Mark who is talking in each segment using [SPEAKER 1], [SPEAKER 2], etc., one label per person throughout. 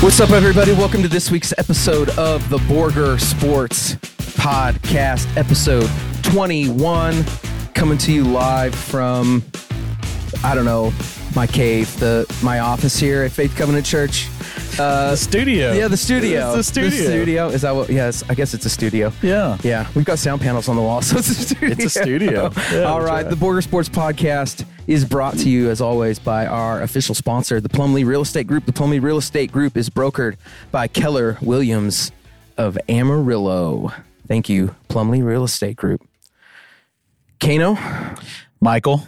[SPEAKER 1] What's up, everybody? Welcome to this week's episode of the Borger Sports Podcast, episode 21, coming to you live from, I don't know, my cave, the my office here at Faith Covenant Church. Uh,
[SPEAKER 2] Studio.
[SPEAKER 1] yeah, the studio.
[SPEAKER 2] It's the studio.
[SPEAKER 1] studio. Is that what? Yes, I guess it's a studio.
[SPEAKER 2] Yeah.
[SPEAKER 1] Yeah, we've got sound panels on the wall, so it's a studio.
[SPEAKER 2] It's a studio. Yeah,
[SPEAKER 1] All right,
[SPEAKER 2] that's right.
[SPEAKER 1] the Borger Sports Podcast is brought to you, as always, by our official sponsor, the Plumley Real Estate Group. The Plumley Real Estate Group is brokered by Keller Williams of Amarillo. Thank you, Plumley Real Estate Group. Kano,
[SPEAKER 2] Michael.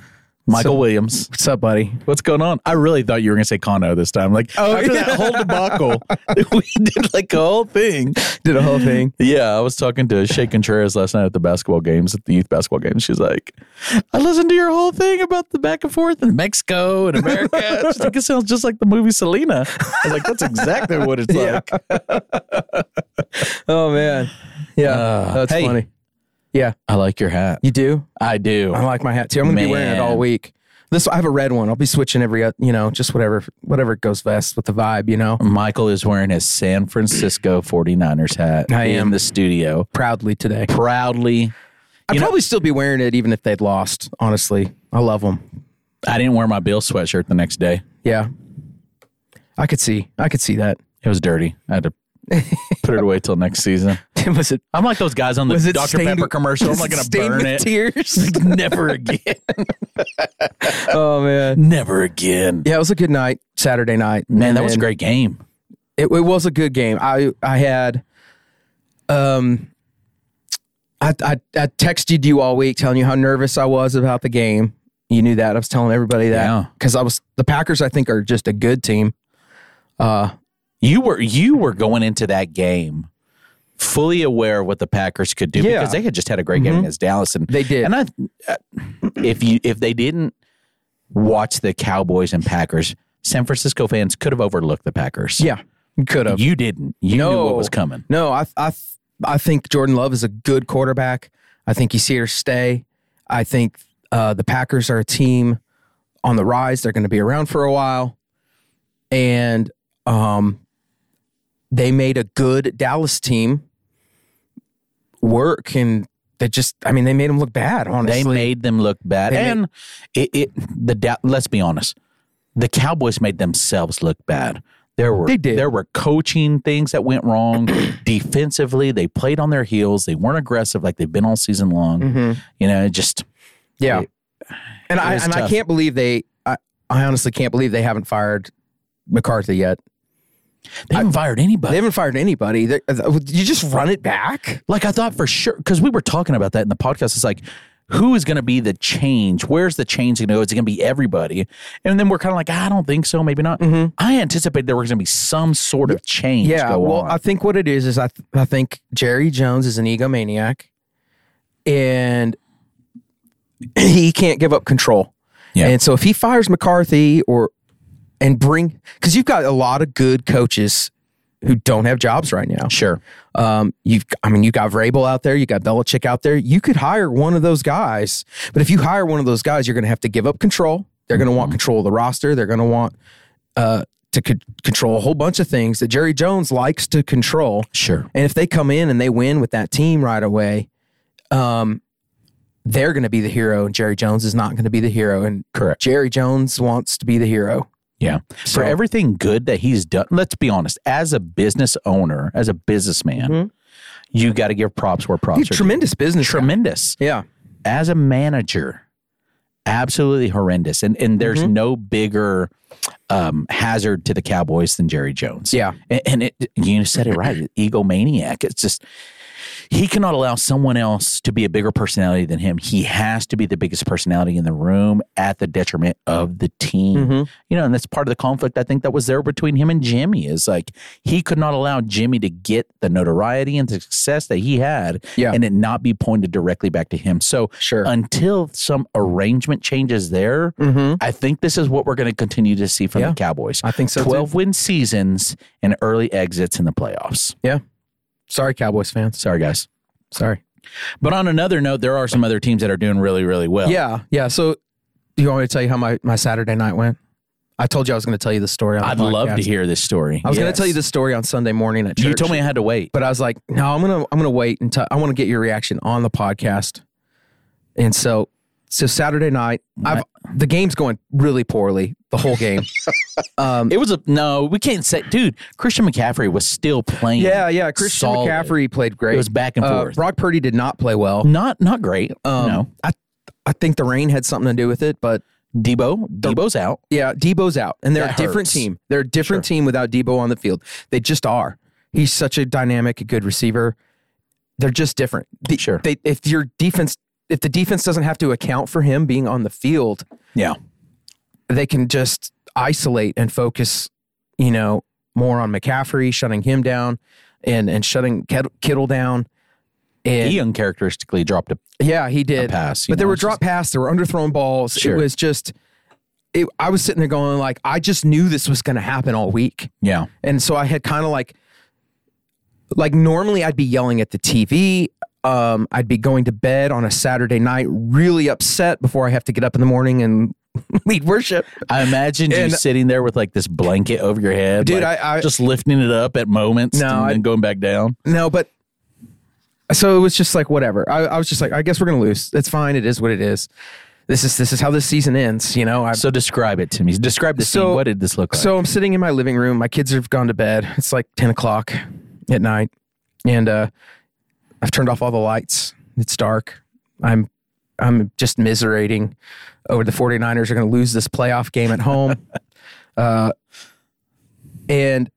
[SPEAKER 2] Michael
[SPEAKER 1] So-
[SPEAKER 2] Williams.
[SPEAKER 1] what's up, buddy?
[SPEAKER 2] What's going on? I really thought you were going to say Kano this time. Like,
[SPEAKER 1] Oh,
[SPEAKER 2] after that whole debacle, we did like a whole thing.
[SPEAKER 1] Did a whole thing.
[SPEAKER 2] Yeah, I was talking to Shay Contreras last night at the basketball games, at the youth basketball games. She's like, I listened to your whole thing about the back and forth in Mexico and America. She's like, it sounds just like the movie Selena. I was like, that's exactly what it's
[SPEAKER 1] Yeah.
[SPEAKER 2] like.
[SPEAKER 1] Oh man, yeah,
[SPEAKER 2] Uh,
[SPEAKER 1] that's
[SPEAKER 2] hey.
[SPEAKER 1] funny. Yeah,
[SPEAKER 2] I like your hat.
[SPEAKER 1] you do.
[SPEAKER 2] I do.
[SPEAKER 1] I like my hat too. I'm gonna be wearing it
[SPEAKER 2] Man.
[SPEAKER 1] all week. This I have a red one. I'll be switching every uh, you know just whatever whatever goes best with the vibe. You know,
[SPEAKER 2] Michael is wearing his San Francisco 49ers hat
[SPEAKER 1] I am.
[SPEAKER 2] in the studio.
[SPEAKER 1] proudly today.
[SPEAKER 2] Proudly.
[SPEAKER 1] I'd
[SPEAKER 2] You know-
[SPEAKER 1] probably still be wearing it even if they'd lost. Honestly, I love them.
[SPEAKER 2] I didn't wear my Bill sweatshirt the next day.
[SPEAKER 1] Yeah, I could see. I could see that.
[SPEAKER 2] It was dirty. I had to put it away till next season.
[SPEAKER 1] was it?
[SPEAKER 2] I'm like those guys on the
[SPEAKER 1] Was it
[SPEAKER 2] Dr.
[SPEAKER 1] stained
[SPEAKER 2] Pepper
[SPEAKER 1] with-
[SPEAKER 2] commercial. I'm
[SPEAKER 1] was
[SPEAKER 2] like
[SPEAKER 1] it
[SPEAKER 2] going to
[SPEAKER 1] stained
[SPEAKER 2] burn
[SPEAKER 1] with
[SPEAKER 2] it.
[SPEAKER 1] Tears.
[SPEAKER 2] Never again.
[SPEAKER 1] oh man.
[SPEAKER 2] Never again.
[SPEAKER 1] Yeah, it was a good night. Saturday night.
[SPEAKER 2] Man,
[SPEAKER 1] And
[SPEAKER 2] that was a
[SPEAKER 1] then-
[SPEAKER 2] great game.
[SPEAKER 1] It, it was a good game. I I had, um, I, I I texted you all week telling you how nervous I was about the game. You knew that. I was telling everybody
[SPEAKER 2] Yeah.
[SPEAKER 1] that because I was the Packers. I think are just a good team. Uh,
[SPEAKER 2] You were you were going into that game fully aware of what the Packers could do
[SPEAKER 1] Yeah. Mm-hmm.
[SPEAKER 2] because they had just had a great game against Dallas and
[SPEAKER 1] they did.
[SPEAKER 2] And I, uh, if you if they didn't watch the Cowboys and Packers, San Francisco fans could have overlooked the Packers.
[SPEAKER 1] yeah, could have.
[SPEAKER 2] you didn't. You knew
[SPEAKER 1] No.
[SPEAKER 2] what was coming.
[SPEAKER 1] No, I I I think Jordan Love is a good quarterback. I think he's here to stay. I think uh, the Packers are a team on the rise. They're going to be around for a while, and um, they made a good Dallas team work, and they just I mean they made them look bad. Honestly,
[SPEAKER 2] They made them look bad,
[SPEAKER 1] They made-
[SPEAKER 2] and it, it the da- let's be honest, the Cowboys made themselves look bad. There were
[SPEAKER 1] They did.
[SPEAKER 2] there were coaching things that went wrong defensively. They played on their heels. They weren't aggressive like they've been all season long.
[SPEAKER 1] Mhm.
[SPEAKER 2] You know, it just
[SPEAKER 1] yeah,
[SPEAKER 2] it-
[SPEAKER 1] and
[SPEAKER 2] it
[SPEAKER 1] I
[SPEAKER 2] was
[SPEAKER 1] and I
[SPEAKER 2] tough.
[SPEAKER 1] can't believe they. I, I honestly can't believe they haven't fired McCarthy yet.
[SPEAKER 2] they haven't fired anybody.
[SPEAKER 1] They haven't fired anybody. They- uh, you just run it back.
[SPEAKER 2] Like I thought for sure, because we were talking about that in the podcast. It's like, who is going to be the change? Where's the change going to go? Is it going to be everybody? And then we're kind of like, I don't think so. Maybe not. I anticipate there was going to be some sort of change.
[SPEAKER 1] Mm-hmm. Yeah,
[SPEAKER 2] go
[SPEAKER 1] well,
[SPEAKER 2] on.
[SPEAKER 1] I think what it is is I th- I think Jerry Jones is an egomaniac, and he can't give up control.
[SPEAKER 2] Yeah.
[SPEAKER 1] And so if he fires McCarthy or and bring because you've got a lot of good coaches who don't have jobs right now.
[SPEAKER 2] sure.
[SPEAKER 1] Um, you've I mean you got Vrabel out there, you got Belichick out there. You could hire one of those guys, but if you hire one of those guys, you're going to have to give up control. They're going to want control of the roster. They're going to want uh, to co- control a whole bunch of things that Jerry Jones likes to control.
[SPEAKER 2] Sure.
[SPEAKER 1] And if they come in and they win with that team right away, um, they're going to be the hero, and Jerry Jones is not going to be the hero. And
[SPEAKER 2] Correct.
[SPEAKER 1] Jerry Jones wants to be the hero.
[SPEAKER 2] Yeah.
[SPEAKER 1] So-
[SPEAKER 2] For everything good that he's done, let's be honest. As a business owner, as a businessman,
[SPEAKER 1] Mhm.
[SPEAKER 2] you got to give props where props
[SPEAKER 1] He's a
[SPEAKER 2] are
[SPEAKER 1] tremendous business. guy.
[SPEAKER 2] tremendous.
[SPEAKER 1] Yeah.
[SPEAKER 2] as a manager, absolutely horrendous. And and there's
[SPEAKER 1] Mm-hmm.
[SPEAKER 2] no bigger um, hazard to the Cowboys than Jerry Jones.
[SPEAKER 1] Yeah.
[SPEAKER 2] And, and it you said it right, egomaniac. It's just he cannot allow someone else to be a bigger personality than him. He has to be the biggest personality in the room at the detriment of the team.
[SPEAKER 1] Mhm.
[SPEAKER 2] You know, and that's part of the conflict I think that was there between him and Jimmy is like he could not allow Jimmy to get the notoriety and the success that he had
[SPEAKER 1] Yeah.
[SPEAKER 2] and it not be pointed directly back to him. So
[SPEAKER 1] Sure.
[SPEAKER 2] until some arrangement changes there,
[SPEAKER 1] mm-hmm.
[SPEAKER 2] I think this is what we're going to continue to see from
[SPEAKER 1] Yeah.
[SPEAKER 2] the Cowboys.
[SPEAKER 1] I think so. too.
[SPEAKER 2] 12 win seasons and early exits in the playoffs.
[SPEAKER 1] Sorry, Cowboys fans.
[SPEAKER 2] Sorry, guys.
[SPEAKER 1] Sorry.
[SPEAKER 2] But on another note, there are some other teams that are doing really, really well.
[SPEAKER 1] Yeah, yeah. So, do you want me to tell you how my, my Saturday night went? I told you I was going to tell you the story. On the
[SPEAKER 2] I'd love to
[SPEAKER 1] podcast.
[SPEAKER 2] hear this story.
[SPEAKER 1] I was going
[SPEAKER 3] Yes.
[SPEAKER 1] to tell you the story on Sunday morning at church.
[SPEAKER 2] You told me I had to wait.
[SPEAKER 1] but I was like, no, I'm gonna I'm gonna wait until I want to get your reaction on the podcast. And so, so Saturday night, I've the game's going really poorly the whole game. um,
[SPEAKER 2] It was a no. We can't say, dude. Christian McCaffrey was still playing.
[SPEAKER 1] yeah, yeah. Christian
[SPEAKER 2] Solid.
[SPEAKER 1] McCaffrey played great.
[SPEAKER 2] It was back and
[SPEAKER 1] Uh,
[SPEAKER 2] forth.
[SPEAKER 1] Brock Purdy did not play well.
[SPEAKER 2] Not not great.
[SPEAKER 1] Um,
[SPEAKER 2] no.
[SPEAKER 1] I I think the rain had something to do with it, but
[SPEAKER 2] Debo. Debo's out.
[SPEAKER 1] yeah, Debo's out, and they're
[SPEAKER 2] That
[SPEAKER 1] a different
[SPEAKER 2] hurts.
[SPEAKER 1] team. They're a different team without Debo on the field. They just are. He's such a dynamic, good receiver. They're just different. The-
[SPEAKER 2] Sure.
[SPEAKER 1] They, if your defense, if the defense doesn't have to account for him being on the field,
[SPEAKER 2] Yeah.
[SPEAKER 1] they can just isolate and focus, you know, more on McCaffrey shutting him down, and and shutting Ked- Kittle down. And
[SPEAKER 2] He uncharacteristically dropped a
[SPEAKER 1] yeah, he did.
[SPEAKER 2] pass, you
[SPEAKER 1] But there
[SPEAKER 2] know,
[SPEAKER 1] were
[SPEAKER 2] it's
[SPEAKER 1] drop
[SPEAKER 2] just-
[SPEAKER 1] passes, there were underthrown balls.
[SPEAKER 2] Sure.
[SPEAKER 1] It was just it, I was sitting there going like I just knew this was going to happen all week.
[SPEAKER 2] yeah.
[SPEAKER 1] And so I had kind of like like normally I'd be yelling at the TV. Um, I'd be going to bed on a Saturday night really upset before I have to get up in the morning and lead worship.
[SPEAKER 2] I imagined you
[SPEAKER 1] And-
[SPEAKER 2] sitting there with like this blanket over your head,
[SPEAKER 1] Dude,
[SPEAKER 2] like,
[SPEAKER 1] I- I-
[SPEAKER 2] just lifting it up at moments,
[SPEAKER 1] No,
[SPEAKER 2] and
[SPEAKER 1] I-
[SPEAKER 2] then going back down.
[SPEAKER 1] No, but so it was just like whatever. I, I was just like, I guess we're gonna lose. That's fine. It is what it is. This is this is how this season ends. You know, I,
[SPEAKER 2] So describe it to me. Describe the
[SPEAKER 1] So-
[SPEAKER 2] scene. What did this look like?
[SPEAKER 1] So I'm sitting in my living room. My kids have gone to bed. It's like 10 o'clock at night. And uh, I've turned off all the lights. It's dark. I'm I'm just miserating over the 49ers are going to lose this playoff game at home. uh, and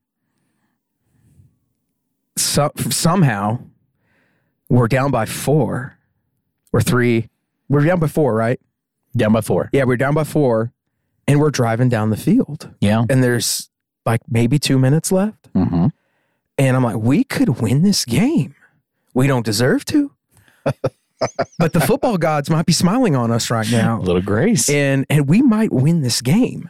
[SPEAKER 1] so, somehow we're down by four or three. We're down by four, right?
[SPEAKER 2] down by four.
[SPEAKER 1] Yeah, we're down by four and we're driving down the field
[SPEAKER 2] Yeah.
[SPEAKER 1] and there's like maybe two minutes left.
[SPEAKER 2] Mm-hmm.
[SPEAKER 1] And I'm like, we could win this game. We don't deserve to. but the football gods might be smiling on us right
[SPEAKER 2] A
[SPEAKER 1] now.
[SPEAKER 2] little grace.
[SPEAKER 1] And and we might win this game.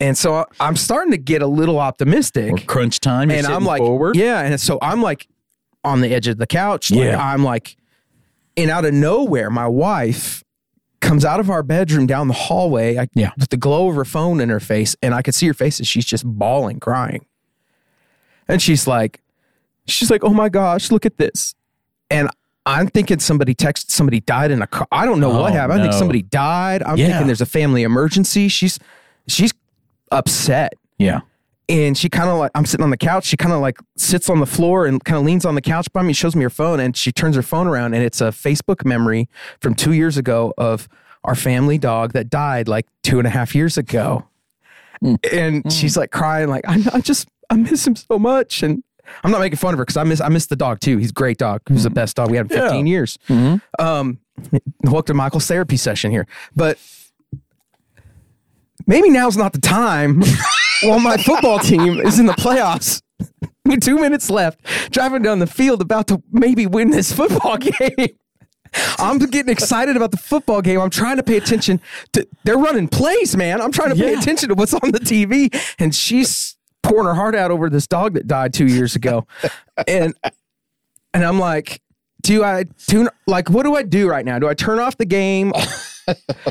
[SPEAKER 1] And so I- I'm starting to get a little optimistic.
[SPEAKER 2] Or crunch time. You're
[SPEAKER 1] and I'm
[SPEAKER 2] sitting
[SPEAKER 1] like,
[SPEAKER 2] forward.
[SPEAKER 1] yeah. And so I'm like on the edge of the couch. Like,
[SPEAKER 2] Yeah.
[SPEAKER 1] I'm like, and out of nowhere, my wife comes out of our bedroom down the hallway I,
[SPEAKER 2] Yeah.
[SPEAKER 1] with the glow of her phone in her face. And I could see her face and she's just bawling, crying. And she's like, she's like, oh my gosh, look at this. And I'm thinking somebody texted, somebody died in a car. I don't know what
[SPEAKER 2] Oh,
[SPEAKER 1] happened. I think
[SPEAKER 2] no.
[SPEAKER 1] somebody died. I'm
[SPEAKER 2] Yeah.
[SPEAKER 1] thinking there's a family emergency. She's, she's upset
[SPEAKER 2] Yeah.
[SPEAKER 1] and she kind of like I'm sitting on the couch. She kind of like sits on the floor and kind of leans on the couch by me. Shows me her phone, and she turns her phone around, and it's a Facebook memory from two years ago of our family dog that died like two and a half years ago. And she's like crying, like I, I just I miss him so much, and I'm not making fun of her because I miss I miss the dog too. He's a great dog. He was the best dog we had in 15 years. Um, welcome to Michael's therapy session here, but maybe now's not the time while my football team is in the playoffs with two minutes left, driving down the field about to maybe win this football game. I'm getting excited about the football game. I'm trying to pay attention to they're running plays, man. I'm trying to pay
[SPEAKER 2] Yeah.
[SPEAKER 1] attention to what's on the TV. And she's pouring her heart out over this dog that died two years ago. and and I'm like, do I tune like what do I do right now? Do I turn off the game?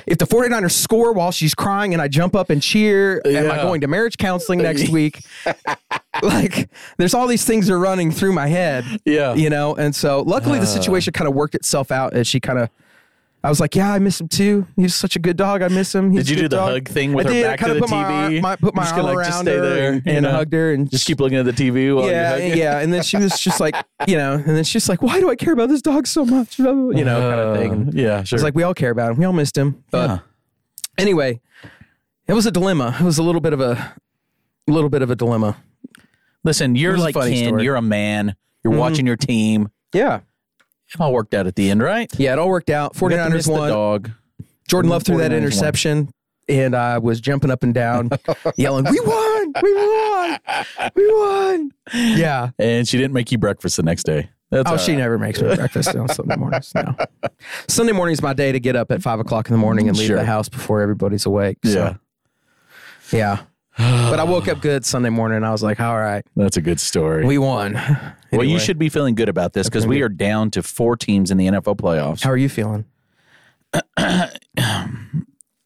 [SPEAKER 1] if the 49ers score while she's crying and I jump up and cheer, am I
[SPEAKER 2] Yeah.
[SPEAKER 1] going to marriage counseling next week? like there's all these things that are running through my head.
[SPEAKER 2] Yeah. Uh.
[SPEAKER 1] You know, and so luckily the situation kind of worked itself out as she kind of I was like, yeah, I miss him too. He's such a good dog. I miss him. He's
[SPEAKER 2] Did you
[SPEAKER 1] a good
[SPEAKER 2] do the
[SPEAKER 1] dog."
[SPEAKER 2] hug thing with
[SPEAKER 1] I
[SPEAKER 2] her
[SPEAKER 1] did. I
[SPEAKER 2] back to
[SPEAKER 1] kinda
[SPEAKER 2] the
[SPEAKER 1] put My,
[SPEAKER 2] TV?
[SPEAKER 1] my, put my
[SPEAKER 2] Just
[SPEAKER 1] arm
[SPEAKER 2] gonna, like, just
[SPEAKER 1] around
[SPEAKER 2] stay
[SPEAKER 1] her
[SPEAKER 2] there,
[SPEAKER 1] and,
[SPEAKER 2] you
[SPEAKER 1] and
[SPEAKER 2] know?
[SPEAKER 1] hugged her and
[SPEAKER 2] Just keep looking at the TV while
[SPEAKER 1] yeah,
[SPEAKER 2] you're hugging.
[SPEAKER 1] yeah. And then she was just like, you know, and then she's like, why do I care about this dog so much? You know, kind of thing.
[SPEAKER 2] Uh, Yeah, sure.
[SPEAKER 1] It's like we all care about him. We all missed him. But
[SPEAKER 2] Yeah.
[SPEAKER 1] anyway, it was a dilemma. It was a little bit of a little bit of a dilemma.
[SPEAKER 2] Listen, you're
[SPEAKER 1] Here's a
[SPEAKER 2] like
[SPEAKER 1] funny
[SPEAKER 2] Ken.
[SPEAKER 1] story. Mm-hmm.
[SPEAKER 2] You're a man. You're watching your team.
[SPEAKER 1] Yeah.
[SPEAKER 2] It all worked out at the end, right?
[SPEAKER 1] Yeah, it all worked out.
[SPEAKER 2] We got to
[SPEAKER 1] 49ers
[SPEAKER 2] miss the
[SPEAKER 1] won.
[SPEAKER 2] dog.
[SPEAKER 1] Jordan Love threw that
[SPEAKER 2] 49ers won.
[SPEAKER 1] interception. And I was jumping up and down, yelling, "We won! We won! We won!" Yeah.
[SPEAKER 2] And she didn't make you breakfast the next day. That's
[SPEAKER 1] Oh,
[SPEAKER 2] all
[SPEAKER 1] she
[SPEAKER 2] right.
[SPEAKER 1] never makes me breakfast on Sunday mornings. No. Sunday morning's my day to get up at five o'clock in the morning and leave
[SPEAKER 2] Sure.
[SPEAKER 1] the house before everybody's awake.
[SPEAKER 2] Yeah,
[SPEAKER 1] So, yeah. But I woke up good Sunday morning. I was like, all right,
[SPEAKER 2] that's a good story.
[SPEAKER 1] we won.
[SPEAKER 2] well, you
[SPEAKER 1] Anyway,
[SPEAKER 2] should be feeling good about this because we are down to four teams in the NFL playoffs.
[SPEAKER 1] How are you feeling?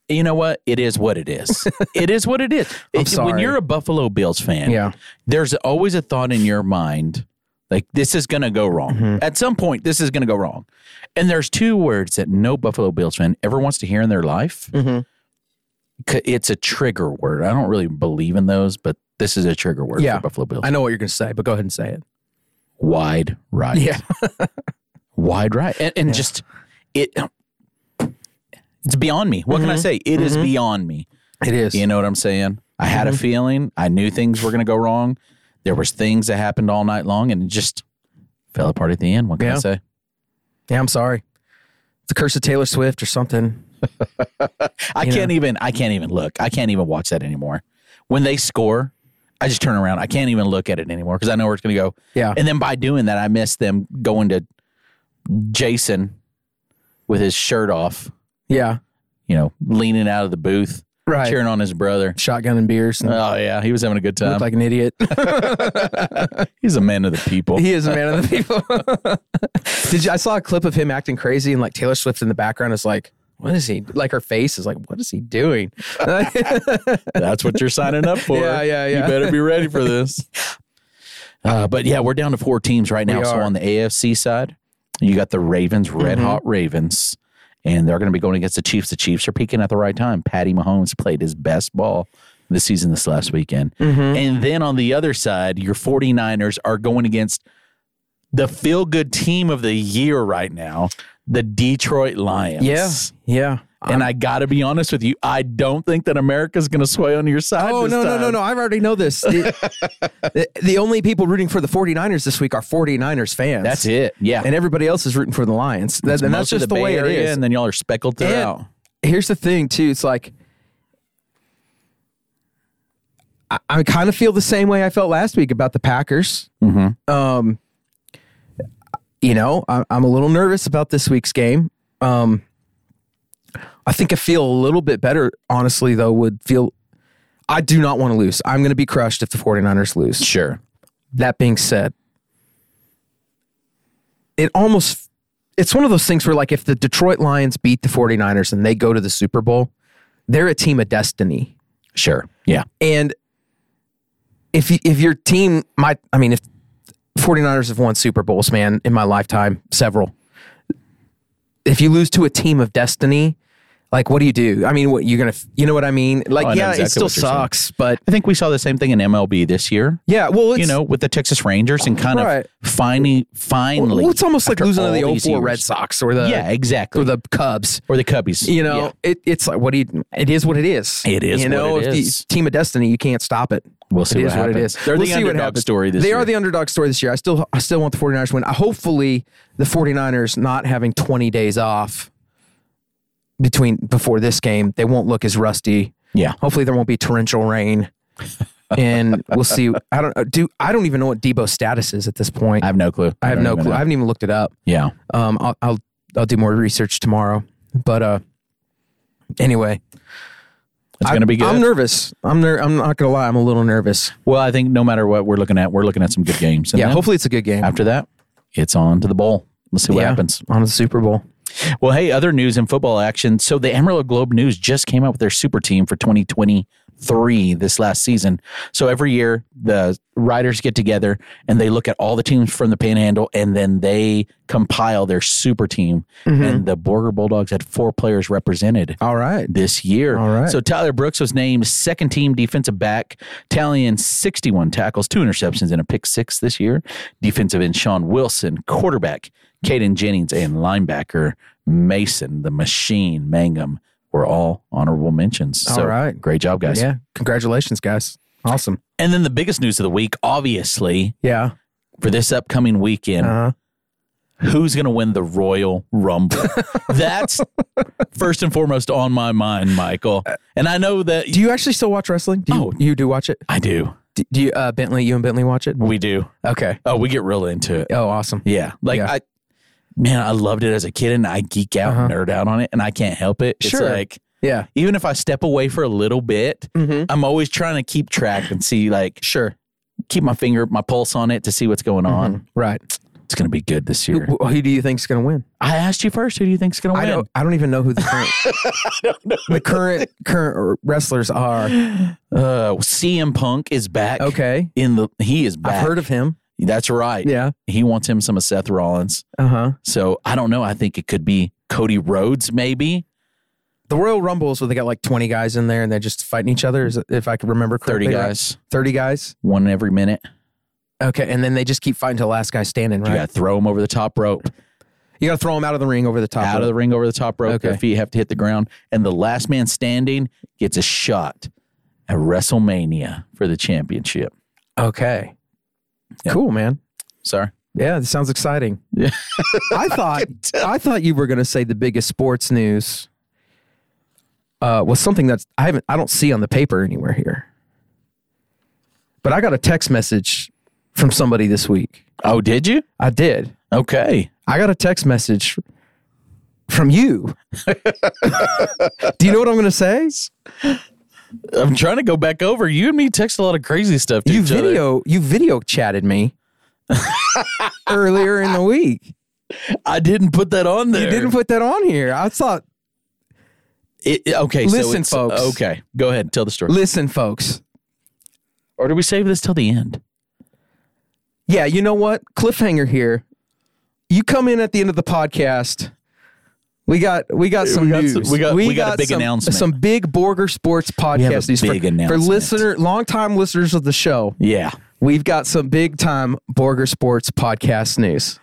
[SPEAKER 2] you know what? It is what it is. it is what it is. It- When
[SPEAKER 1] sorry.
[SPEAKER 2] you're a Buffalo Bills fan,
[SPEAKER 1] Yeah.
[SPEAKER 2] there's always a thought in your mind like this is going to go wrong.
[SPEAKER 1] Mm-hmm.
[SPEAKER 2] At some point this is going to go wrong. And there's two words that no Buffalo Bills fan ever wants to hear in their life.
[SPEAKER 1] Mhm.
[SPEAKER 2] C- It's a trigger word. I don't really believe in those, but this is a trigger word
[SPEAKER 1] Yeah.
[SPEAKER 2] for Buffalo Bills.
[SPEAKER 1] I know what you're going to say, but go ahead and say it.
[SPEAKER 2] Wide right. wide right and, and just it it's beyond me what
[SPEAKER 1] Mm-hmm.
[SPEAKER 2] can i say It is beyond me
[SPEAKER 1] It is.
[SPEAKER 2] you know what i'm saying i had
[SPEAKER 1] Mm-hmm.
[SPEAKER 2] a feeling i knew things were going to go wrong there was things that happened all night long and it just fell apart at the end what can i
[SPEAKER 1] Yeah.
[SPEAKER 2] say
[SPEAKER 1] yeah, I'm sorry. It's a curse of Taylor Swift or something.
[SPEAKER 2] i
[SPEAKER 1] You
[SPEAKER 2] can't even i can't even look i can't even watch that anymore when they score i just turn around i can't even look at it anymore because i know where it's going to go
[SPEAKER 1] Yeah.
[SPEAKER 2] and then by doing that i miss them going to jason with his shirt off
[SPEAKER 1] Yeah.
[SPEAKER 2] you know, leaning out of the booth,
[SPEAKER 1] Right. Uh,
[SPEAKER 2] cheering on his brother.
[SPEAKER 1] Shotgun and beers. And
[SPEAKER 2] Oh yeah, he was having a good time.
[SPEAKER 1] look like an idiot.
[SPEAKER 2] He's a man of the people.
[SPEAKER 1] he is a man of the people. Did you, I saw a clip of him acting crazy and like Taylor Swift in the background is like, what is he? Like her face is like, what is he doing?
[SPEAKER 2] That's what you're signing up for.
[SPEAKER 1] Yeah, yeah, yeah.
[SPEAKER 2] You better be ready for this. Uh, but yeah, we're down to four teams right now.
[SPEAKER 1] We
[SPEAKER 2] So
[SPEAKER 1] are. Mm-hmm.
[SPEAKER 2] on the AFC side, you got the Ravens, red hot Ravens, and they're going to be going against the Chiefs. The Chiefs are peaking at the right time. Patty Mahomes played his best ball this season this last weekend.
[SPEAKER 1] Mm-hmm.
[SPEAKER 2] And then on the other side, your 49ers are going against the feel good team of the year right now, the Detroit Lions.
[SPEAKER 1] yeah. Yeah.
[SPEAKER 2] And I got to be honest with you, I don't think that America's going to sway on your side.
[SPEAKER 1] Oh,
[SPEAKER 2] this
[SPEAKER 1] no, no,
[SPEAKER 2] time.
[SPEAKER 1] no, no. I already know this. The, the, the only people rooting for the 49ers this week are 49ers fans.
[SPEAKER 2] That's it. Yeah.
[SPEAKER 1] And everybody else is rooting for the Lions. That, and that's
[SPEAKER 2] Most of
[SPEAKER 1] just the,
[SPEAKER 2] Bay
[SPEAKER 1] way it
[SPEAKER 2] Area,
[SPEAKER 1] is.
[SPEAKER 2] And then y'all are speckled
[SPEAKER 1] And
[SPEAKER 2] throughout.
[SPEAKER 1] here's the thing, too. It's like I, I kind of feel the same way I felt last week about the Packers. Um, you know, I, I'm a little nervous about this week's game. Um, I think I feel a little bit better, honestly, though, would feel. I do not want to lose. I'm going to be crushed if the 49ers lose.
[SPEAKER 2] Sure.
[SPEAKER 1] That being said, it almost it's one of those things where like if the Detroit Lions beat the 49ers and they go to the Super Bowl, they're a team of destiny.
[SPEAKER 2] Sure. Yeah.
[SPEAKER 1] And if you, if your team might I mean if 49ers have won Super Bowls, man, in my lifetime, several. If you lose to a team of destiny, like what do you do? I mean, what you're going to you know what I mean? Like
[SPEAKER 2] Oh, I know
[SPEAKER 1] yeah,
[SPEAKER 2] exactly
[SPEAKER 1] it still
[SPEAKER 2] what you're saying.
[SPEAKER 1] sucks, but
[SPEAKER 2] I think we saw the same thing in MLB this year.
[SPEAKER 1] yeah, well, it's,
[SPEAKER 2] You know, with the Texas Rangers and kind
[SPEAKER 1] Right.
[SPEAKER 2] of finally, finally.
[SPEAKER 1] well, it's almost like
[SPEAKER 2] after
[SPEAKER 1] losing to
[SPEAKER 2] all
[SPEAKER 1] the
[SPEAKER 2] these
[SPEAKER 1] 04
[SPEAKER 2] years.
[SPEAKER 1] Red Sox or the
[SPEAKER 2] Yeah, exactly.
[SPEAKER 1] or the Cubs.
[SPEAKER 2] Or the Cubbies.
[SPEAKER 1] You know,
[SPEAKER 2] Yeah.
[SPEAKER 1] it, it's like what do you? It is what it is.
[SPEAKER 2] It is
[SPEAKER 1] You know,
[SPEAKER 2] what it
[SPEAKER 1] if the
[SPEAKER 2] is.
[SPEAKER 1] team of destiny, you can't stop it.
[SPEAKER 2] We'll see
[SPEAKER 1] It
[SPEAKER 2] what
[SPEAKER 1] is what it
[SPEAKER 2] happens.
[SPEAKER 1] is.
[SPEAKER 2] They're
[SPEAKER 1] we'll
[SPEAKER 2] the
[SPEAKER 1] see what
[SPEAKER 2] underdog
[SPEAKER 1] happens.
[SPEAKER 2] story this
[SPEAKER 1] they
[SPEAKER 2] year.
[SPEAKER 1] are the underdog story this year. I still, I still want the 49ers to win. I, hopefully, the 49ers not having 20 days off between before this game, they won't look as rusty.
[SPEAKER 2] Yeah.
[SPEAKER 1] Hopefully, there won't be torrential rain, and we'll see. I don't do. I don't even know what Debo's status is at this point.
[SPEAKER 2] I
[SPEAKER 1] I,
[SPEAKER 2] have no clue.
[SPEAKER 1] have
[SPEAKER 2] don't
[SPEAKER 1] no
[SPEAKER 2] even
[SPEAKER 1] clue. I
[SPEAKER 2] know.
[SPEAKER 1] haven't even looked it up.
[SPEAKER 2] Yeah.
[SPEAKER 1] Um, I'll, I'll I'll do more research tomorrow. But uh, anyway,
[SPEAKER 2] It's going to be good.
[SPEAKER 1] I'm nervous. I'm ner- I'm not gonna lie. I'm a little nervous.
[SPEAKER 2] well, I think no matter what we're looking at, we're looking at some good games. And
[SPEAKER 1] Yeah.
[SPEAKER 2] then
[SPEAKER 1] Hopefully, it's a good game.
[SPEAKER 2] after that, it's on to the bowl. Let's see what
[SPEAKER 1] yeah,
[SPEAKER 2] happens.
[SPEAKER 1] on the Super Bowl.
[SPEAKER 2] Well, hey, other news in football action. So the Amarillo Globe News just came out with their super team for 2023 this last season. So every year the writers get together and they look at all the teams from the Panhandle and then they compile their super team. And the Borger Bulldogs had four players represented
[SPEAKER 1] All right.
[SPEAKER 2] this year.
[SPEAKER 1] All right.
[SPEAKER 2] So Tyler Brooks was named second team defensive back, tallying 61 tackles, two interceptions, and a pick six this year. Defensive end Sean Wilson, quarterback Caden Jennings, and linebacker Mason, the Machine Mangum were all honorable mentions. So
[SPEAKER 1] All right.
[SPEAKER 2] great job, guys.
[SPEAKER 1] Yeah. Congratulations, guys. Awesome.
[SPEAKER 2] And then the biggest news of the week, obviously,
[SPEAKER 1] Yeah.
[SPEAKER 2] for this upcoming weekend,
[SPEAKER 1] Uh-huh.
[SPEAKER 2] who's going to win the Royal Rumble? That's first and foremost on my mind, Michael. And I know that
[SPEAKER 1] Do you actually still watch wrestling? Do you,
[SPEAKER 2] Oh.
[SPEAKER 1] you do watch it?
[SPEAKER 2] I do.
[SPEAKER 1] Do, do you uh, Bentley? You and Bentley watch it?
[SPEAKER 2] We do.
[SPEAKER 1] Okay.
[SPEAKER 2] Oh, we get real into it.
[SPEAKER 1] Oh, awesome.
[SPEAKER 2] Yeah. Like
[SPEAKER 1] Yeah.
[SPEAKER 2] I man, I loved it as a kid and I geek out and nerd out on it and I can't help it.
[SPEAKER 1] Sure.
[SPEAKER 2] It's like
[SPEAKER 1] Yeah.
[SPEAKER 2] even if I step away for a little bit,
[SPEAKER 1] Mm-hmm.
[SPEAKER 2] I'm always trying to keep track and see like
[SPEAKER 1] Sure.
[SPEAKER 2] keep my finger my pulse on it to see what's going on.
[SPEAKER 1] Right.
[SPEAKER 2] Mm-hmm. It's going to be good this year.
[SPEAKER 1] Who, who do you think's going to win?
[SPEAKER 2] I asked you first. Who do you think's going to
[SPEAKER 1] I
[SPEAKER 2] win?
[SPEAKER 1] don't. I don't even know who the current the current current wrestlers are.
[SPEAKER 2] Uh, CM Punk is back.
[SPEAKER 1] Okay,
[SPEAKER 2] In the he is back.
[SPEAKER 1] I've heard of him.
[SPEAKER 2] That's right.
[SPEAKER 1] Yeah.
[SPEAKER 2] He wants him some of Seth Rollins.
[SPEAKER 1] Uh huh.
[SPEAKER 2] So I don't know. I think it could be Cody Rhodes, maybe
[SPEAKER 1] The Royal Rumble is where they got like twenty guys in there and they're just fighting each other. Is it- if I can remember correctly,
[SPEAKER 2] thirty
[SPEAKER 1] right?
[SPEAKER 2] guys,
[SPEAKER 1] Thirty guys.
[SPEAKER 2] one every minute.
[SPEAKER 1] Okay, and then they just keep fighting till the last guy standing. Right.
[SPEAKER 2] You got to throw them over the top rope,
[SPEAKER 1] You got to throw him out of the ring over the top.
[SPEAKER 2] out of the ring, over the top rope. Their
[SPEAKER 1] Okay.
[SPEAKER 2] feet have to hit the ground, and the last man standing gets a shot at WrestleMania for the championship.
[SPEAKER 1] the- okay.
[SPEAKER 2] Yeah.
[SPEAKER 1] Cool, man.
[SPEAKER 2] Sorry.
[SPEAKER 1] Yeah, this sounds exciting.
[SPEAKER 2] Yeah.
[SPEAKER 1] I thought I thought you were going to say the biggest sports news uh, was something that's I haven't I don't see on the paper anywhere here. But I got a text message from somebody this week.
[SPEAKER 2] Oh, did you?
[SPEAKER 1] I did.
[SPEAKER 2] Okay.
[SPEAKER 1] I got a text message from you. Do you know what I'm going to say?
[SPEAKER 2] I'm trying to go back over. You and me text a lot of crazy stuff to
[SPEAKER 1] You
[SPEAKER 2] each other.
[SPEAKER 1] video you video chatted me earlier in the week.
[SPEAKER 2] I didn't put that on there.
[SPEAKER 1] You didn't put that on here. I thought
[SPEAKER 2] It, it- okay. so
[SPEAKER 1] Listen,
[SPEAKER 2] it's-
[SPEAKER 1] folks.
[SPEAKER 2] Okay. Go ahead. Tell the story.
[SPEAKER 1] listen folks,
[SPEAKER 2] Or do we save this till the end?
[SPEAKER 1] Yeah, you know what? Cliffhanger here. You come in at the end of the podcast. We got we got some
[SPEAKER 2] got
[SPEAKER 1] news.
[SPEAKER 2] some- we got- we got a big
[SPEAKER 1] some,
[SPEAKER 2] announcement.
[SPEAKER 1] Some big Borger Sports
[SPEAKER 2] have a
[SPEAKER 1] podcast news for-
[SPEAKER 2] big
[SPEAKER 1] for,
[SPEAKER 2] announcement.
[SPEAKER 1] listener longtime listeners of the show.
[SPEAKER 2] Yeah.
[SPEAKER 1] We've got some big time Borger Sports podcast news.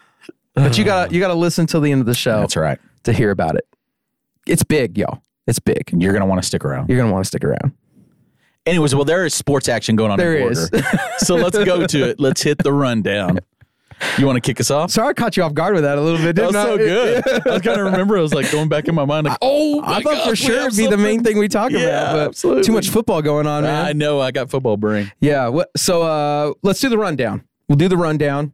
[SPEAKER 1] But you got to you got to listen till the end of the show
[SPEAKER 2] That's right.
[SPEAKER 1] to hear about it. It's big, y'all. It's big.
[SPEAKER 2] You're going to want to stick around.
[SPEAKER 1] You're going to want to stick around.
[SPEAKER 2] Anyways, well, there is sports action going on.
[SPEAKER 1] There
[SPEAKER 2] in
[SPEAKER 1] is.
[SPEAKER 2] Borger. so let's go to it. Let's hit the rundown. You want to kick us off?
[SPEAKER 1] Sorry I caught you off guard with that a little bit,
[SPEAKER 2] That
[SPEAKER 1] didn't
[SPEAKER 2] was
[SPEAKER 1] I?
[SPEAKER 2] so good. I was kind of remember. I was like going back in my mind, like, oh,
[SPEAKER 1] I
[SPEAKER 2] my
[SPEAKER 1] thought
[SPEAKER 2] gosh,
[SPEAKER 1] for
[SPEAKER 2] we
[SPEAKER 1] sure
[SPEAKER 2] have
[SPEAKER 1] it'd be the
[SPEAKER 2] something.
[SPEAKER 1] main thing we talk
[SPEAKER 2] Yeah,
[SPEAKER 1] about, but
[SPEAKER 2] absolutely.
[SPEAKER 1] too much football going on, man.
[SPEAKER 2] I know. I got football brain.
[SPEAKER 1] Yeah. What, so uh, let's do the rundown. We'll do the rundown,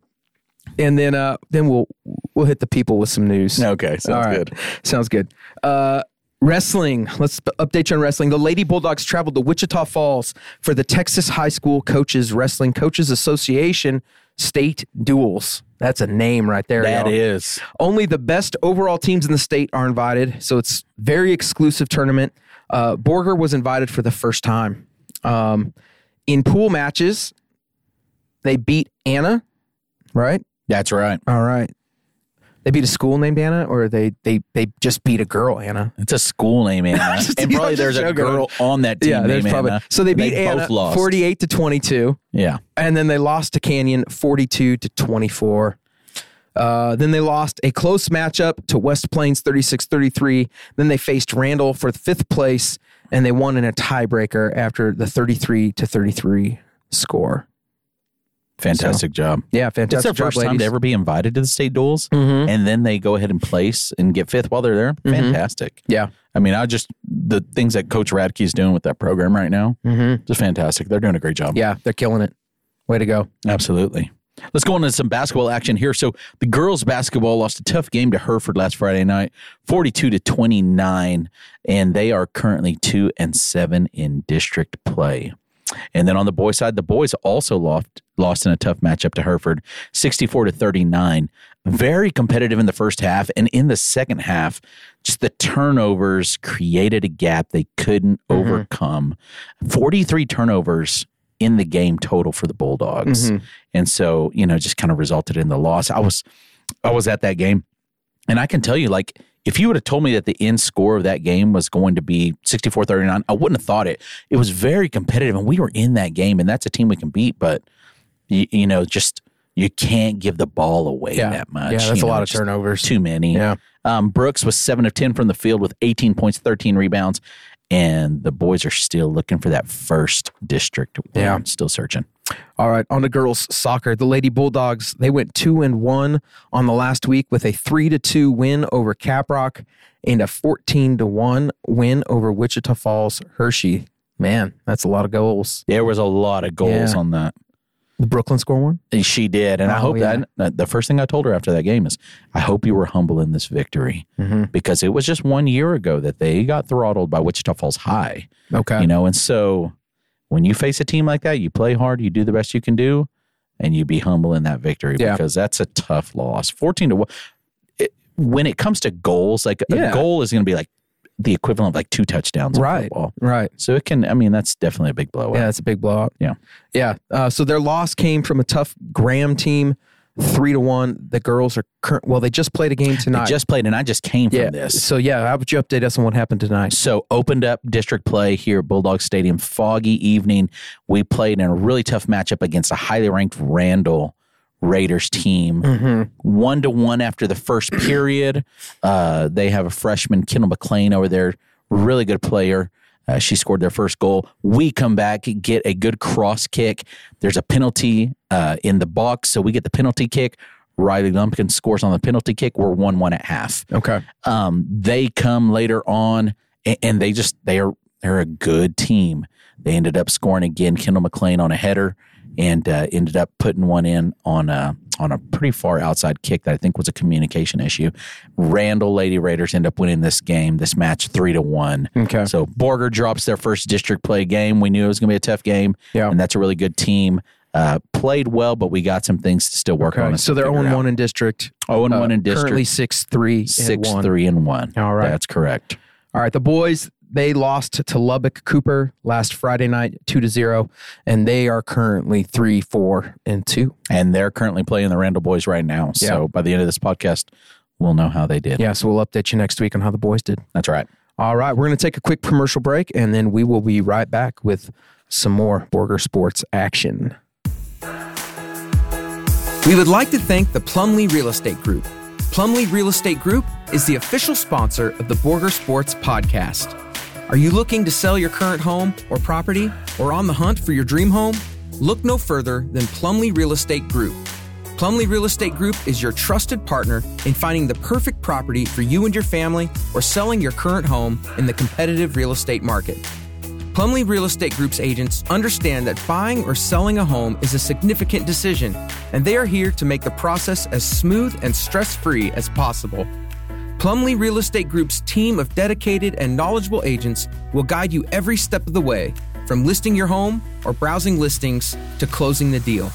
[SPEAKER 1] and then uh, then we'll we'll hit the people with some news.
[SPEAKER 2] Okay, sounds
[SPEAKER 1] All right.
[SPEAKER 2] good.
[SPEAKER 1] Sounds good. Uh, wrestling. Let's p- update you on wrestling. The Lady Bulldogs traveled to Wichita Falls for the Texas High School Coaches Wrestling Coaches Association state duels. That's a name right there.
[SPEAKER 2] That
[SPEAKER 1] y'all.
[SPEAKER 2] is.
[SPEAKER 1] Only the best overall teams in the state are invited, so it's very exclusive tournament. Uh, Borger was invited for the first time. Um, in pool matches, they beat Anna, right?
[SPEAKER 2] That's right.
[SPEAKER 1] All right. They beat a school named Anna, or they they they just beat a girl, Anna.
[SPEAKER 2] It's a school name, Anna.
[SPEAKER 1] Just-
[SPEAKER 2] and
[SPEAKER 1] yeah,
[SPEAKER 2] probably
[SPEAKER 1] just
[SPEAKER 2] there's a
[SPEAKER 1] joking.
[SPEAKER 2] girl on that team named Anna.
[SPEAKER 1] so they
[SPEAKER 2] And
[SPEAKER 1] beat Anna
[SPEAKER 2] both lost.
[SPEAKER 1] forty-eight to twenty-two.
[SPEAKER 2] Yeah.
[SPEAKER 1] and then they lost to Canyon 42 to 24. Uh, then they lost a close matchup to West Plains 36 33. Then they faced Randall for fifth place and they won in a tiebreaker after the 33 to 33 score.
[SPEAKER 2] Fantastic job.
[SPEAKER 1] Yeah, fantastic.
[SPEAKER 2] It's their
[SPEAKER 1] job,
[SPEAKER 2] first time to
[SPEAKER 1] ladies.
[SPEAKER 2] ever be invited to the state duels.
[SPEAKER 1] Mhm.
[SPEAKER 2] And then they go ahead and place and get fifth while they're there. Fantastic.
[SPEAKER 1] Yeah.
[SPEAKER 2] I mean, I just, the things that Coach Radke's doing with that program right now,
[SPEAKER 1] Mm-hmm.
[SPEAKER 2] just fantastic. They're doing a great job.
[SPEAKER 1] Yeah, they're killing it. Way to go.
[SPEAKER 2] Absolutely. Let's go on to some basketball action here. So the girls basketball lost a tough game to Hereford last Friday night, 42 to 29, and they are currently 2 and 7 in district play. And then on the boys side, the boys also lost lost in a tough matchup to Hereford, 64 to 39. Very competitive in the first half and in the second half, just the turnovers created a gap they couldn't overcome. 43 turnovers in the game total for the
[SPEAKER 1] Mm-hmm.
[SPEAKER 2] Bulldogs. And so, you know, just kind of resulted in the loss. I was I was at that game and I can tell you like if you would have told me that the end score of that game was going to be 64-39, I wouldn't have thought it. It was very competitive and we were in that game and that's a team we can beat, but you, you know, just you can't give the ball away
[SPEAKER 1] Yeah.
[SPEAKER 2] that much.
[SPEAKER 1] yeah, that's a
[SPEAKER 2] you know,
[SPEAKER 1] lot of
[SPEAKER 2] just-
[SPEAKER 1] turnovers.
[SPEAKER 2] too many.
[SPEAKER 1] Yeah.
[SPEAKER 2] Um, Brooks was seven of ten from the field with 18 points, 13 rebounds, and the boys are still looking for that first district. win.
[SPEAKER 1] Yeah.
[SPEAKER 2] still searching.
[SPEAKER 1] All right, on to girls soccer. The Lady Bulldogs, they went 2 and 1 on the last week with a 3 to 2 win over Caprock and a 14 to 1 win over Wichita Falls Hershey. Man, that's a lot of goals.
[SPEAKER 2] There was a lot of goals
[SPEAKER 1] Yeah.
[SPEAKER 2] on that.
[SPEAKER 1] The Brooklyn score one?
[SPEAKER 2] And she did, and I
[SPEAKER 1] Oh,
[SPEAKER 2] hope
[SPEAKER 1] yeah.
[SPEAKER 2] that, that the first thing I told her after that game is, I hope you were humble in this victory
[SPEAKER 1] Mhm.
[SPEAKER 2] because it was just one year ago that they got throttled by Wichita Falls High.
[SPEAKER 1] Okay.
[SPEAKER 2] you know, and so when you face a team like that, you play hard, you do the best you can do, and you be humble in that victory
[SPEAKER 1] Yeah.
[SPEAKER 2] because that's a tough loss. 14 to 1. It, when it comes to goals, like
[SPEAKER 1] Yeah.
[SPEAKER 2] a goal is going to be like the equivalent of like two touchdowns in
[SPEAKER 1] Right.
[SPEAKER 2] football.
[SPEAKER 1] Right.
[SPEAKER 2] So it can, I mean, that's definitely a big blowout.
[SPEAKER 1] Yeah, it's a big blowout.
[SPEAKER 2] Yeah.
[SPEAKER 1] Yeah. Uh, so their loss came from a tough Graham team, three to one. The girls are current. Well, they just played a game
[SPEAKER 2] They
[SPEAKER 1] tonight.
[SPEAKER 2] just played, and I just came
[SPEAKER 1] yeah.
[SPEAKER 2] from this.
[SPEAKER 1] So yeah, how about you update us on what happened tonight?
[SPEAKER 2] So opened up district play here at Bulldog Stadium. Foggy evening. We played in a really tough matchup against a highly ranked Randall Raiders team.
[SPEAKER 1] Mm-hmm.
[SPEAKER 2] one to one after the first period. Uh, they have a freshman, Kendall McLean, over there, really good player. Uh, she scored their first goal. We come back, get a good cross kick. There's a penalty uh, in the box, so we get the penalty kick. Riley Lumpkin scores on the penalty kick. We're one one at half.
[SPEAKER 1] Okay.
[SPEAKER 2] Um, they come later on, and, and they just they are they're a good team. They ended up scoring again. Kendall McLean on a header, and uh, ended up putting one in on a on a pretty far outside kick that I think was a communication issue. Randall Lady Raiders end up winning this game, this match three to one.
[SPEAKER 1] Okay.
[SPEAKER 2] So Borger drops their first district play game. We knew it was going to be a tough game,
[SPEAKER 1] Yeah.
[SPEAKER 2] and that's a really good team. Uh, played well, but we got some things to still work on.
[SPEAKER 1] Okay.
[SPEAKER 2] and
[SPEAKER 1] So they're
[SPEAKER 2] figure
[SPEAKER 1] own
[SPEAKER 2] out.
[SPEAKER 1] one in district.
[SPEAKER 2] Oh, and one
[SPEAKER 1] Uh,
[SPEAKER 2] in district
[SPEAKER 1] Currently six three
[SPEAKER 2] six,
[SPEAKER 1] and one.
[SPEAKER 2] three, and one.
[SPEAKER 1] All right.
[SPEAKER 2] that's correct.
[SPEAKER 1] All right, the boys they lost to Lubbock Cooper last Friday night, two to zero, and they are currently three, four, and two.
[SPEAKER 2] And they're currently playing the Randall Boys right now.
[SPEAKER 1] Yeah.
[SPEAKER 2] So by the end of this podcast, we'll know how they did.
[SPEAKER 1] Yeah, so we'll update you next week on how the boys did.
[SPEAKER 2] That's right.
[SPEAKER 1] All right, we're going to take a quick commercial break, and then we will be right back with some more Borger Sports action.
[SPEAKER 3] We would like to thank the Plumley Real Estate Group. Plumley Real Estate Group is the official sponsor of the Borger Sports Podcast. Are you looking to sell your current home or property or on the hunt for your dream home? Look no further than Plumley Real Estate Group. Plumley Real Estate Group is your trusted partner in finding the perfect property for you and your family or selling your current home in the competitive real estate market. Plumley Real Estate Group's agents understand that buying or selling a home is a significant decision, and they are here to make the process as smooth and stress free as possible. Plumley Real Estate Group's team of dedicated and knowledgeable agents will guide you every step of the way, from listing your home or browsing listings to closing the deal.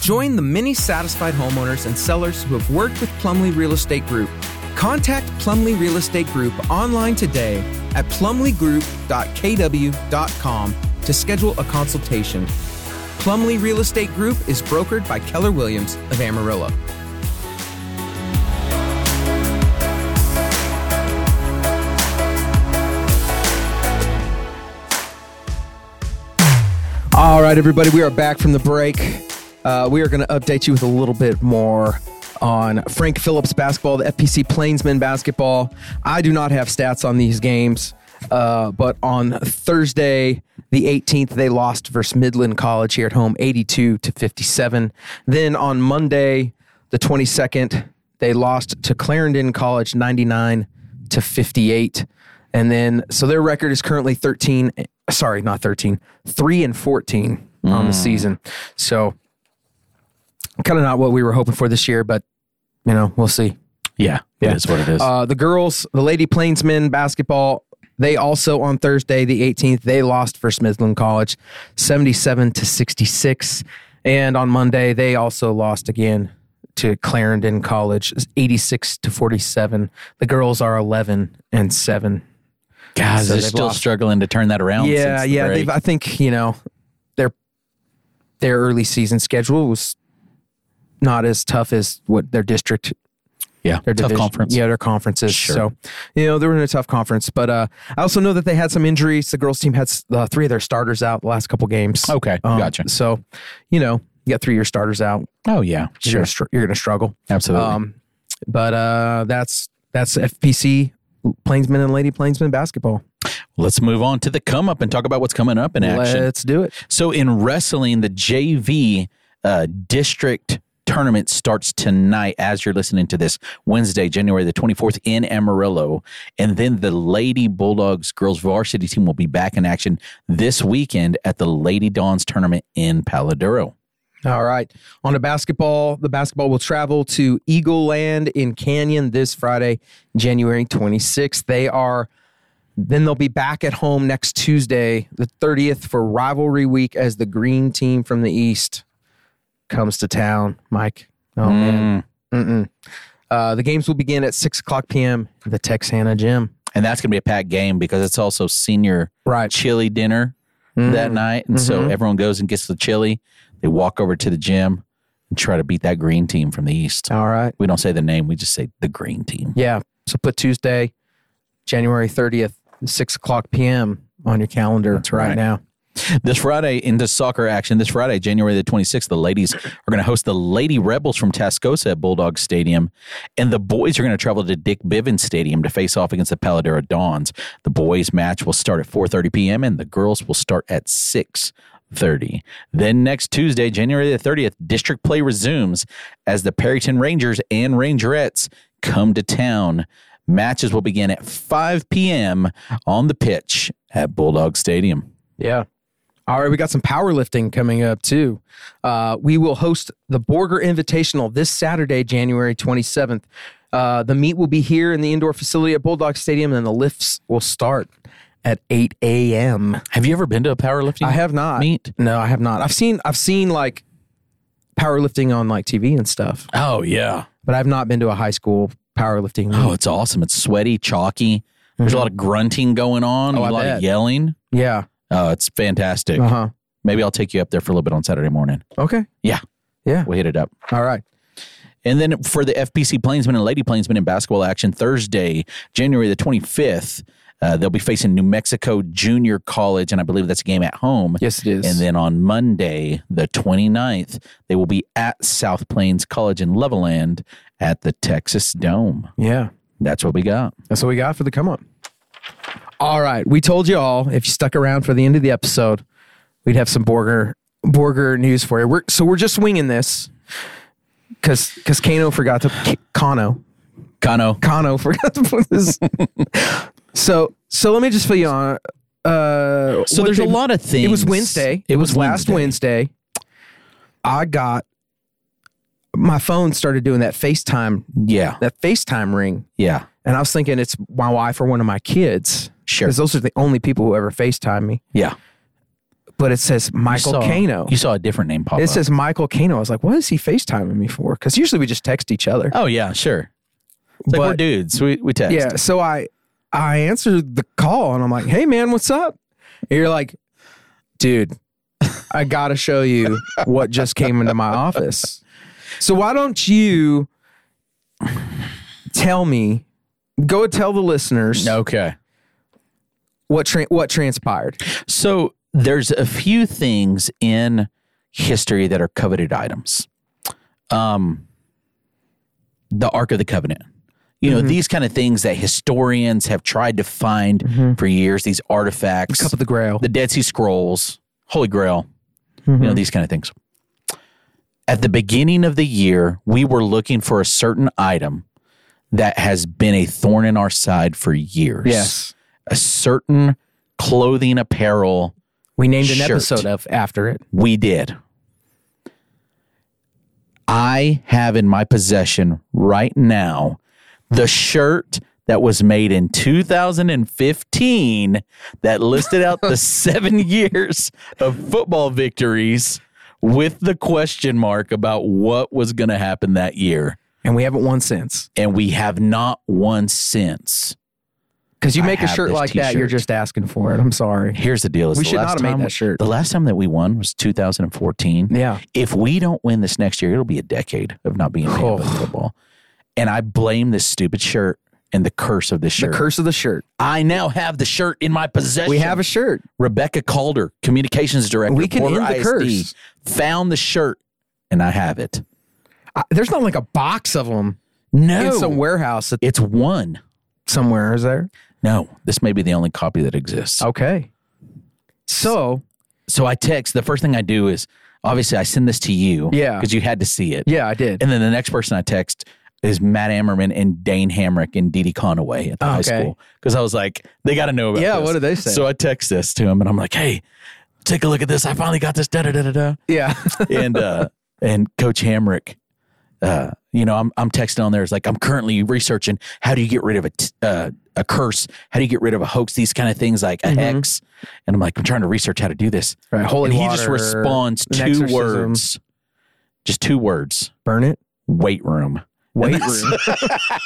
[SPEAKER 3] Join the many satisfied homeowners and sellers who have worked with Plumley Real Estate Group. Contact Plumley Real Estate Group online today at plumleygroup.kw.com to schedule a consultation. Plumley Real Estate Group is brokered by Keller Williams of Amarillo.
[SPEAKER 1] All right, everybody, we are back from the break. Uh, we are going to update you with a little bit more on Frank Phillips basketball, the FPC Plainsmen basketball. I do not have stats on these games, uh, but on Thursday, the 18th, they lost versus Midland College here at home, 82 to 57. Then on Monday, the 22nd, they lost to Clarendon College, 99 to 58. And then, so their record is currently 13, sorry, not 13, 3 and 14 on the season. So, kind of not what we were hoping for this year, but, you know, we'll see.
[SPEAKER 2] Yeah,
[SPEAKER 1] Yeah.
[SPEAKER 2] it is what it is.
[SPEAKER 1] Uh, the girls, the Lady Plainsmen basketball, they also on Thursday, the 18th, they lost for Midland College 77 to 66. And on Monday, they also lost again to Clarendon College 86 to 47. The girls are 11 and 7.
[SPEAKER 2] Guys,
[SPEAKER 1] so
[SPEAKER 2] they're
[SPEAKER 1] they've
[SPEAKER 2] still
[SPEAKER 1] lost-
[SPEAKER 2] struggling to turn that around.
[SPEAKER 1] Yeah,
[SPEAKER 2] since the
[SPEAKER 1] yeah.
[SPEAKER 2] break.
[SPEAKER 1] They've, uh, I think you know their their early season schedule was not as tough as what their district,
[SPEAKER 2] yeah.
[SPEAKER 1] their
[SPEAKER 2] Tough
[SPEAKER 1] division-
[SPEAKER 2] conference.
[SPEAKER 1] yeah, their conferences.
[SPEAKER 2] Sure.
[SPEAKER 1] So you know they were in a tough conference, but uh, I also know that they had some injuries. The girls' team had s- uh, three of their starters out the last couple games. Um,
[SPEAKER 2] Okay, Oh, gotcha.
[SPEAKER 1] So you know you got three of your starters out.
[SPEAKER 2] Oh yeah,
[SPEAKER 1] You're
[SPEAKER 2] sure,
[SPEAKER 1] gonna str- you're gonna struggle.
[SPEAKER 2] absolutely.
[SPEAKER 1] Um, but uh, that's that's FPC Plainsmen and Lady Plainsmen basketball.
[SPEAKER 2] Let's move on to the come up and talk about what's coming up in action.
[SPEAKER 1] Let's do it.
[SPEAKER 2] So in wrestling, the JV uh, district tournament starts tonight as you're listening to this Wednesday, January the 24th in Amarillo. And then the Lady Bulldogs girls varsity team will be back in action this weekend at the Lady Dons tournament in Paladuro.
[SPEAKER 1] All right. On to basketball, the basketball will travel to Eagle Land in Canyon this Friday, January 26th. They are then they'll be back at home next Tuesday, the 30th for rivalry week as the green team from the East comes to town, Mike. Oh man.
[SPEAKER 2] Mm.
[SPEAKER 1] Mm-mm. Uh, the games will begin at six o'clock p.m. at the Texana Gym.
[SPEAKER 2] And that's gonna be a packed game because it's also senior
[SPEAKER 1] Right.
[SPEAKER 2] chili dinner
[SPEAKER 1] Mm.
[SPEAKER 2] that night, and so
[SPEAKER 1] Mhm.
[SPEAKER 2] everyone goes and gets the chili. They walk over to the gym and try to beat that green team from the east.
[SPEAKER 1] All right.
[SPEAKER 2] We don't say the name; we just say the green team.
[SPEAKER 1] Yeah. So put Tuesday, January thirtieth, six o'clock p.m. on your calendar right,
[SPEAKER 2] right.
[SPEAKER 1] now.
[SPEAKER 2] This Friday into soccer action. This Friday, January the 26th, the ladies are going to host the Lady Rebels from Tascosa at Bulldog Stadium, and the boys are going to travel to Dick Bivens Stadium to face off against the Paladera Dons. The boys' match will start at 4:30 p.m. and the girls will start at 6. 30. Then next Tuesday, January the 30th, district play resumes as the Perryton Rangers and Rangerettes come to town. Matches will begin at 5 p.m. on the pitch at Bulldog Stadium.
[SPEAKER 1] Yeah. All right, we got some powerlifting coming up too. Uh, we will host the Borger Invitational this Saturday, January 27th. Uh, the meet will be here in the indoor facility at Bulldog Stadium, and the lifts will start at 8 a.m.
[SPEAKER 2] Have you ever been to a powerlifting?
[SPEAKER 1] I have not.
[SPEAKER 2] meet.
[SPEAKER 1] No, I have not. I've seen I've seen like powerlifting on like TV and stuff,
[SPEAKER 2] Oh yeah.
[SPEAKER 1] but I've not been to a high school powerlifting. meet.
[SPEAKER 2] Oh, it's awesome. It's sweaty, chalky. There's a lot of grunting going on.
[SPEAKER 1] Mm-hmm. Oh,
[SPEAKER 2] a
[SPEAKER 1] I
[SPEAKER 2] lot
[SPEAKER 1] bet.
[SPEAKER 2] of yelling.
[SPEAKER 1] Yeah.
[SPEAKER 2] Oh, it's fantastic.
[SPEAKER 1] Uh huh.
[SPEAKER 2] Maybe I'll take you up there for a little bit on Saturday morning.
[SPEAKER 1] Okay.
[SPEAKER 2] Yeah,
[SPEAKER 1] Yeah.
[SPEAKER 2] we'll hit it up.
[SPEAKER 1] All right.
[SPEAKER 2] And then for the FPC Plainsmen and Lady Plainsmen in basketball action Thursday, January the 25th, uh, they'll be facing New Mexico Junior College, and I believe that's a game at home.
[SPEAKER 1] Yes, it is.
[SPEAKER 2] And then on Monday, the 29th, they will be at South Plains College in Loveland at the Texas Dome.
[SPEAKER 1] yeah.
[SPEAKER 2] That's what we got.
[SPEAKER 1] That's what we got for the come up. All right. We told you all if you stuck around for the end of the episode, we'd have some Borger Borger news for you. We're, so we're just winging this because because Kano forgot to K- Kano
[SPEAKER 2] Kano.
[SPEAKER 1] Kano forgot to put this. so so let me just fill you on. Uh,
[SPEAKER 2] So
[SPEAKER 1] what
[SPEAKER 2] there's a
[SPEAKER 1] they-
[SPEAKER 2] lot of things.
[SPEAKER 1] It was Wednesday.
[SPEAKER 2] It was
[SPEAKER 1] last Wednesday. I got my phone started doing that FaceTime
[SPEAKER 2] Yeah.
[SPEAKER 1] that FaceTime ring,
[SPEAKER 2] Yeah.
[SPEAKER 1] and I was thinking it's my wife or one of my kids.
[SPEAKER 2] Sure.
[SPEAKER 1] Because those are the only people who ever FaceTime me.
[SPEAKER 2] Yeah.
[SPEAKER 1] But it says Michael
[SPEAKER 2] saw,
[SPEAKER 1] Kano.
[SPEAKER 2] You saw a different name pop
[SPEAKER 1] It
[SPEAKER 2] up.
[SPEAKER 1] says Michael Kano. I was like, what is he FaceTiming me for? Because usually we just text each other.
[SPEAKER 2] oh yeah, sure. It's like
[SPEAKER 1] But-
[SPEAKER 2] we're dudes. We we text.
[SPEAKER 1] Yeah. So I I answered the call and I'm like, hey man, what's up? And you're like, dude, I gotta show you what just came into my office. So why don't you tell me, go tell the listeners
[SPEAKER 2] Okay.
[SPEAKER 1] what tra- what transpired.
[SPEAKER 2] So there's a few things in history that are coveted items. Um the Ark of the Covenant. You
[SPEAKER 1] Mm-hmm.
[SPEAKER 2] know, these kind of things that historians have tried to find
[SPEAKER 1] Mm-hmm.
[SPEAKER 2] for years, these artifacts.
[SPEAKER 1] Cup of the Grail.
[SPEAKER 2] the Dead Sea Scrolls, Holy Grail, you know, these kind of things. At the beginning of the year, we were looking for a certain item that has been a thorn in our side for years. A certain clothing apparel
[SPEAKER 1] We named an
[SPEAKER 2] Shirt.
[SPEAKER 1] episode of after it.
[SPEAKER 2] we did. I have in my possession right now the shirt that was made in 2015 that listed out the seven years of football victories with the question mark about what was going to happen that year.
[SPEAKER 1] and we haven't won since.
[SPEAKER 2] And we have not won since.
[SPEAKER 1] Because you
[SPEAKER 2] I
[SPEAKER 1] make a
[SPEAKER 2] have
[SPEAKER 1] shirt
[SPEAKER 2] this
[SPEAKER 1] like that, you're
[SPEAKER 2] t-shirt.
[SPEAKER 1] just asking for it. I'm sorry.
[SPEAKER 2] Here's the deal: is
[SPEAKER 1] We
[SPEAKER 2] the
[SPEAKER 1] should
[SPEAKER 2] last
[SPEAKER 1] not have made
[SPEAKER 2] time-
[SPEAKER 1] that shirt.
[SPEAKER 2] The last time that we won was 2014.
[SPEAKER 1] Yeah.
[SPEAKER 2] if we don't win this next year, it'll be a decade of not being paid
[SPEAKER 1] Oh.
[SPEAKER 2] by football. And I blame this stupid shirt and the curse of this
[SPEAKER 1] The
[SPEAKER 2] shirt.
[SPEAKER 1] curse of the shirt.
[SPEAKER 2] I now have the shirt in my possession.
[SPEAKER 1] We have a shirt.
[SPEAKER 2] Rebecca Calder, communications director.
[SPEAKER 1] We can
[SPEAKER 2] Porter
[SPEAKER 1] end the
[SPEAKER 2] ISD,
[SPEAKER 1] curse.
[SPEAKER 2] Found the shirt, and I have it.
[SPEAKER 1] I, there's not like a box of them
[SPEAKER 2] No,
[SPEAKER 1] in some warehouse that-
[SPEAKER 2] it's one.
[SPEAKER 1] somewhere, is there?
[SPEAKER 2] No, this may be the only copy that exists.
[SPEAKER 1] Okay. So,
[SPEAKER 2] So I text. The first thing I do is obviously I send this to you.
[SPEAKER 1] Yeah.
[SPEAKER 2] because you had to see it.
[SPEAKER 1] yeah, I did.
[SPEAKER 2] And then the next person I text is Matt Ammerman and Dane Hamrick and Dee Dee Conaway at the high
[SPEAKER 1] Okay.
[SPEAKER 2] school. Because I was like, they got to know about
[SPEAKER 1] Yeah,
[SPEAKER 2] this.
[SPEAKER 1] what did they say?
[SPEAKER 2] So I text this to him and I'm like, hey, take a look at this. I finally got this. Da da da da da.
[SPEAKER 1] yeah.
[SPEAKER 2] And, uh, and Coach Hamrick, uh, you know, I'm, I'm texting on there. It's like, I'm currently researching how do you get rid of a, t- uh, a curse? How do you get rid of a hoax? These kind of things like a hex. And I'm like, I'm trying to research how to do this.
[SPEAKER 1] Mm-hmm. right. Holy
[SPEAKER 2] and he
[SPEAKER 1] water.
[SPEAKER 2] just responds
[SPEAKER 1] an
[SPEAKER 2] two
[SPEAKER 1] exorcism.
[SPEAKER 2] words Just two words.
[SPEAKER 1] Burn it.
[SPEAKER 2] Weight room.
[SPEAKER 1] Weight
[SPEAKER 2] that's-
[SPEAKER 1] room.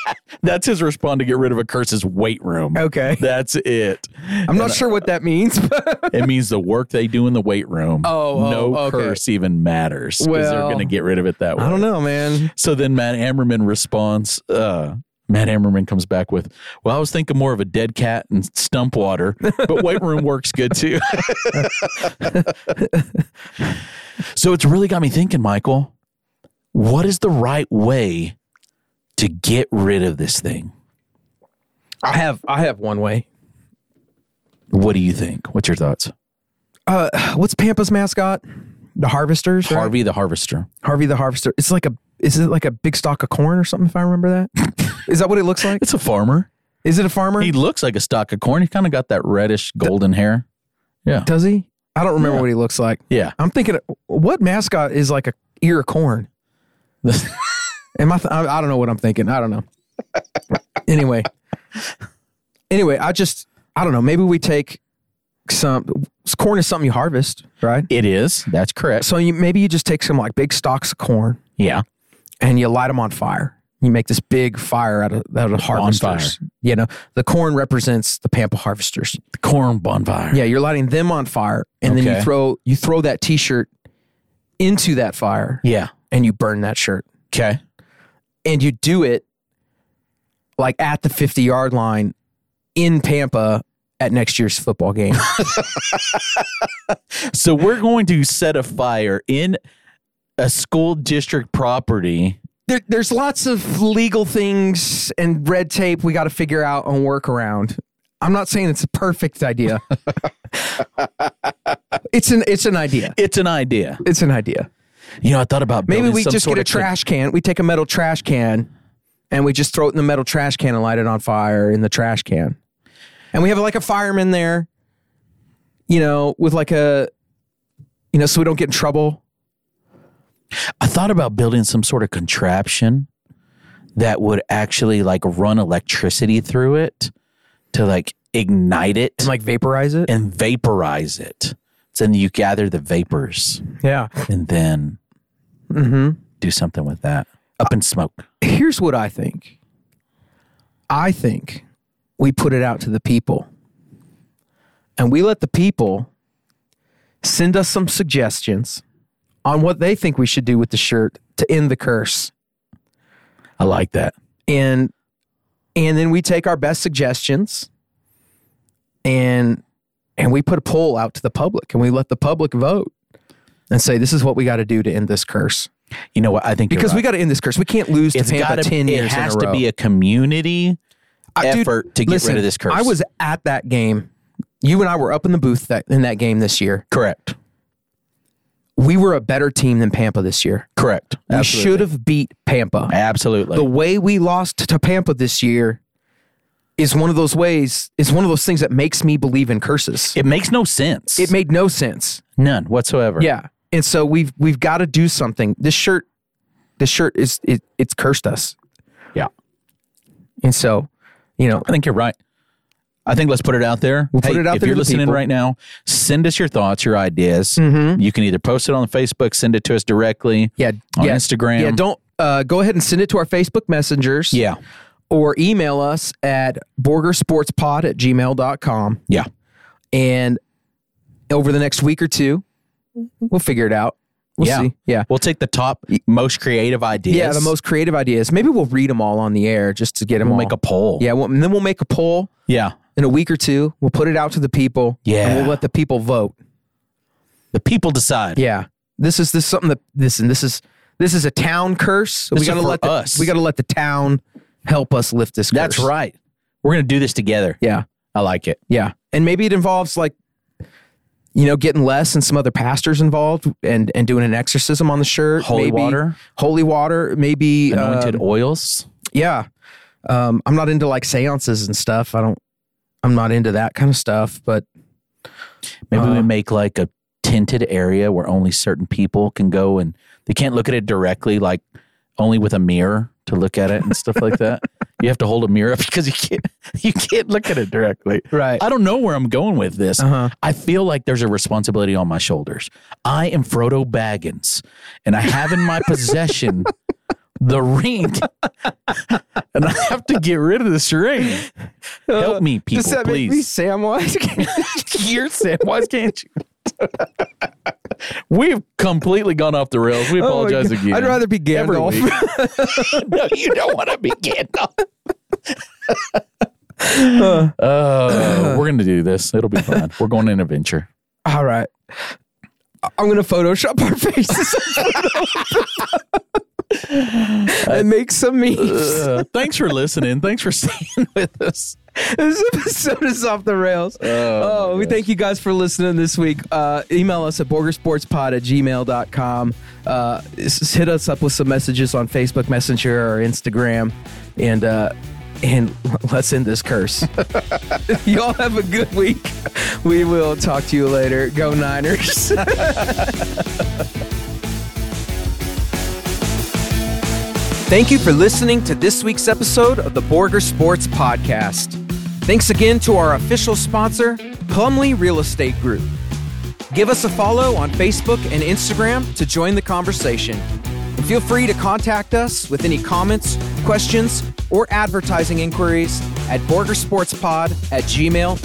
[SPEAKER 2] That's his response to get rid of a curse is weight room.
[SPEAKER 1] Okay.
[SPEAKER 2] That's it.
[SPEAKER 1] I'm not sure what that means. but-
[SPEAKER 2] It means the work they do in the weight room.
[SPEAKER 1] Oh, oh,
[SPEAKER 2] no
[SPEAKER 1] okay.
[SPEAKER 2] curse even matters because they're
[SPEAKER 1] Well,
[SPEAKER 2] going to get rid of it that way.
[SPEAKER 1] I don't know, man.
[SPEAKER 2] So then Matt Ammerman responds. Uh, Matt Ammerman comes back with, "Well, I was thinking more of a dead cat and stump water, but weight room works good too." so it's really got me thinking, Michael. What is the right way to get rid of this thing?
[SPEAKER 1] I have I have one way.
[SPEAKER 2] What do you think? What's your thoughts?
[SPEAKER 1] Uh, what's Pampa's mascot? The harvesters. right?
[SPEAKER 2] Harvey the Harvester.
[SPEAKER 1] Harvey the harvester. It's like a is it like a big stalk of corn or something? If I remember that, is that what it looks like?
[SPEAKER 2] It's a farmer.
[SPEAKER 1] Is it a farmer?
[SPEAKER 2] He looks like a stalk of corn. He kind of got that reddish golden hair. Yeah.
[SPEAKER 1] Does he? I don't remember what he looks like.
[SPEAKER 2] Yeah.
[SPEAKER 1] I'm thinking, what mascot is like a ear of corn? Am I? Th- I I don't know what I'm thinking. I don't know. anyway, anyway, I just I don't know. Maybe we take some corn is something you harvest, right?
[SPEAKER 2] It is. That's correct.
[SPEAKER 1] So you, maybe you just take some like big stalks of corn
[SPEAKER 2] Yeah.
[SPEAKER 1] and you light them on fire. You make this big fire out of out of harvesters. You know, the corn represents the pampa harvesters.
[SPEAKER 2] The corn bonfire.
[SPEAKER 1] Yeah, you're lighting them on fire, and then
[SPEAKER 2] Okay.
[SPEAKER 1] you throw you throw that T-shirt into that fire,
[SPEAKER 2] Yeah.
[SPEAKER 1] and you burn that shirt,
[SPEAKER 2] Okay.
[SPEAKER 1] and you do it like at the 50 yard line in Pampa at next year's football game.
[SPEAKER 2] So we're going to set a fire in a school district property.
[SPEAKER 1] there, there's lots of legal things and red tape we got to figure out and work around. I'm not saying it's a perfect idea. it's an it's an idea.
[SPEAKER 2] It's an idea.
[SPEAKER 1] It's an idea.
[SPEAKER 2] You know, I thought about
[SPEAKER 1] Maybe
[SPEAKER 2] building
[SPEAKER 1] we
[SPEAKER 2] some
[SPEAKER 1] just
[SPEAKER 2] sort
[SPEAKER 1] get a
[SPEAKER 2] of co-
[SPEAKER 1] trash can. We take a metal trash can and we just throw it in the metal trash can and light it on fire in the trash can. And we have like a fireman there, you know, with like a, you know, so we don't get in trouble.
[SPEAKER 2] I thought about building some sort of contraption that would actually like run electricity through it to like ignite it
[SPEAKER 1] And like vaporize it.
[SPEAKER 2] and vaporize it. So then you gather the vapors
[SPEAKER 1] Yeah.
[SPEAKER 2] and then
[SPEAKER 1] hmm
[SPEAKER 2] do something with that. Up in smoke.
[SPEAKER 1] Here's what I think I think we put it out to the people and we let the people send us some suggestions on what they think we should do with the shirt to end the curse.
[SPEAKER 2] I like that.
[SPEAKER 1] and and then we take our best suggestions and and we put a poll out to the public and we let the public vote and say this is what we got to do to end this curse
[SPEAKER 2] You know what? I think
[SPEAKER 1] because
[SPEAKER 2] you're
[SPEAKER 1] we
[SPEAKER 2] right.
[SPEAKER 1] got to end this curse. We can't lose to
[SPEAKER 2] it's
[SPEAKER 1] Tampa
[SPEAKER 2] got to
[SPEAKER 1] ten years
[SPEAKER 2] It has
[SPEAKER 1] in a row.
[SPEAKER 2] to be a community
[SPEAKER 1] I- dude,
[SPEAKER 2] effort to get
[SPEAKER 1] listen,
[SPEAKER 2] rid of this curse.
[SPEAKER 1] I was at that game. You and I were up in the booth that, in that game this year.
[SPEAKER 2] correct.
[SPEAKER 1] We were a better team than Pampa this year.
[SPEAKER 2] Correct.
[SPEAKER 1] We should have beat Pampa.
[SPEAKER 2] Absolutely.
[SPEAKER 1] the way we lost to Pampa this year is one of those ways is one of those things that makes me believe in curses. It,
[SPEAKER 2] it makes no sense.
[SPEAKER 1] made no sense.
[SPEAKER 2] None whatsoever.
[SPEAKER 1] Yeah. And so we've we've got to do something. This shirt this shirt is it, it's cursed us.
[SPEAKER 2] Yeah.
[SPEAKER 1] And so, you know,
[SPEAKER 2] I think you're right. I think let's put it out there.
[SPEAKER 1] We'll put
[SPEAKER 2] Hey,
[SPEAKER 1] it out
[SPEAKER 2] if
[SPEAKER 1] there to
[SPEAKER 2] you're
[SPEAKER 1] the
[SPEAKER 2] listening
[SPEAKER 1] people. Mm-hmm.
[SPEAKER 2] right now, send us your thoughts, your ideas. You can either post it on Facebook, send it to us directly.
[SPEAKER 1] yeah,
[SPEAKER 2] On
[SPEAKER 1] yeah,
[SPEAKER 2] Instagram.
[SPEAKER 1] Yeah, don't uh, go ahead and send it to our Facebook messengers.
[SPEAKER 2] Yeah.
[SPEAKER 1] Or email us at borgersportspod at gmail.com.
[SPEAKER 2] Yeah.
[SPEAKER 1] And over the next week or two, we'll figure it out. We'll
[SPEAKER 2] Yeah.
[SPEAKER 1] see. Yeah.
[SPEAKER 2] We'll take the top e, most creative ideas.
[SPEAKER 1] Yeah, the most creative ideas. Maybe we'll read them all on the air just to get them
[SPEAKER 2] We'll
[SPEAKER 1] all.
[SPEAKER 2] make a poll.
[SPEAKER 1] yeah, we'll, and then we'll make a poll
[SPEAKER 2] Yeah.
[SPEAKER 1] in a week or two. We'll put it out to the people.
[SPEAKER 2] Yeah.
[SPEAKER 1] and we'll let the people vote.
[SPEAKER 2] The people decide.
[SPEAKER 1] Yeah, this is this is something that this and this is this is a town curse. So
[SPEAKER 2] This
[SPEAKER 1] we
[SPEAKER 2] is
[SPEAKER 1] gotta
[SPEAKER 2] for
[SPEAKER 1] let the,
[SPEAKER 2] us.
[SPEAKER 1] we gotta let the town help us lift this. Curse.
[SPEAKER 2] That's right. We're going to do this together.
[SPEAKER 1] Yeah,
[SPEAKER 2] I like it.
[SPEAKER 1] yeah, and maybe it involves like you know getting less and some other pastors involved and and doing an exorcism on the shirt.
[SPEAKER 2] Holy
[SPEAKER 1] maybe,
[SPEAKER 2] water.
[SPEAKER 1] holy water, maybe
[SPEAKER 2] Anointed
[SPEAKER 1] um,
[SPEAKER 2] oils.
[SPEAKER 1] yeah um i'm not into like seances and stuff i don't i'm not into that kind of stuff but
[SPEAKER 2] Maybe we
[SPEAKER 1] Uh,
[SPEAKER 2] make like a tinted area where only certain people can go and they can't look at it directly, like only with a mirror to look at it and stuff like that. You have to hold a mirror up because you can't you can't look at it directly.
[SPEAKER 1] Right.
[SPEAKER 2] I don't know where I'm going with this.
[SPEAKER 1] Uh-huh.
[SPEAKER 2] I feel like there's a responsibility on my shoulders. I am Frodo Baggins, and I have in my possession the ring, and I have to get rid of this ring. Help me, people,
[SPEAKER 1] Uh, Does that
[SPEAKER 2] please.
[SPEAKER 1] make me Samwise?
[SPEAKER 2] You're Samwise, can't you? We've completely gone off the rails. We
[SPEAKER 1] Oh my
[SPEAKER 2] apologize
[SPEAKER 1] God.
[SPEAKER 2] again.
[SPEAKER 1] I'd rather be
[SPEAKER 2] Every
[SPEAKER 1] Gandalf.
[SPEAKER 2] week. no, you don't want to be Gandalf. Uh, we're gonna do this. It'll be fun. We're going on an adventure.
[SPEAKER 1] All right. I- I'm gonna Photoshop our faces and make some memes.
[SPEAKER 2] Uh, thanks for listening. Thanks for staying with us.
[SPEAKER 1] this episode is off the rails.
[SPEAKER 2] Oh,
[SPEAKER 1] Oh, we thank you guys for listening this week. Uh, email us at borgersportspod at gmail.com. Uh, s- s- hit us up with some messages on Facebook Messenger or Instagram. And, uh, and let's end this curse. Y'all have a good week. We will talk to you later. Go Niners.
[SPEAKER 3] Thank you for listening to this week's episode of the Borger Sports Podcast. Thanks again to our official sponsor, Plumley Real Estate Group. Give us a follow on Facebook and Instagram to join the conversation. And feel free to contact us with any comments, questions, or advertising inquiries at borgersportspod at gmail.com.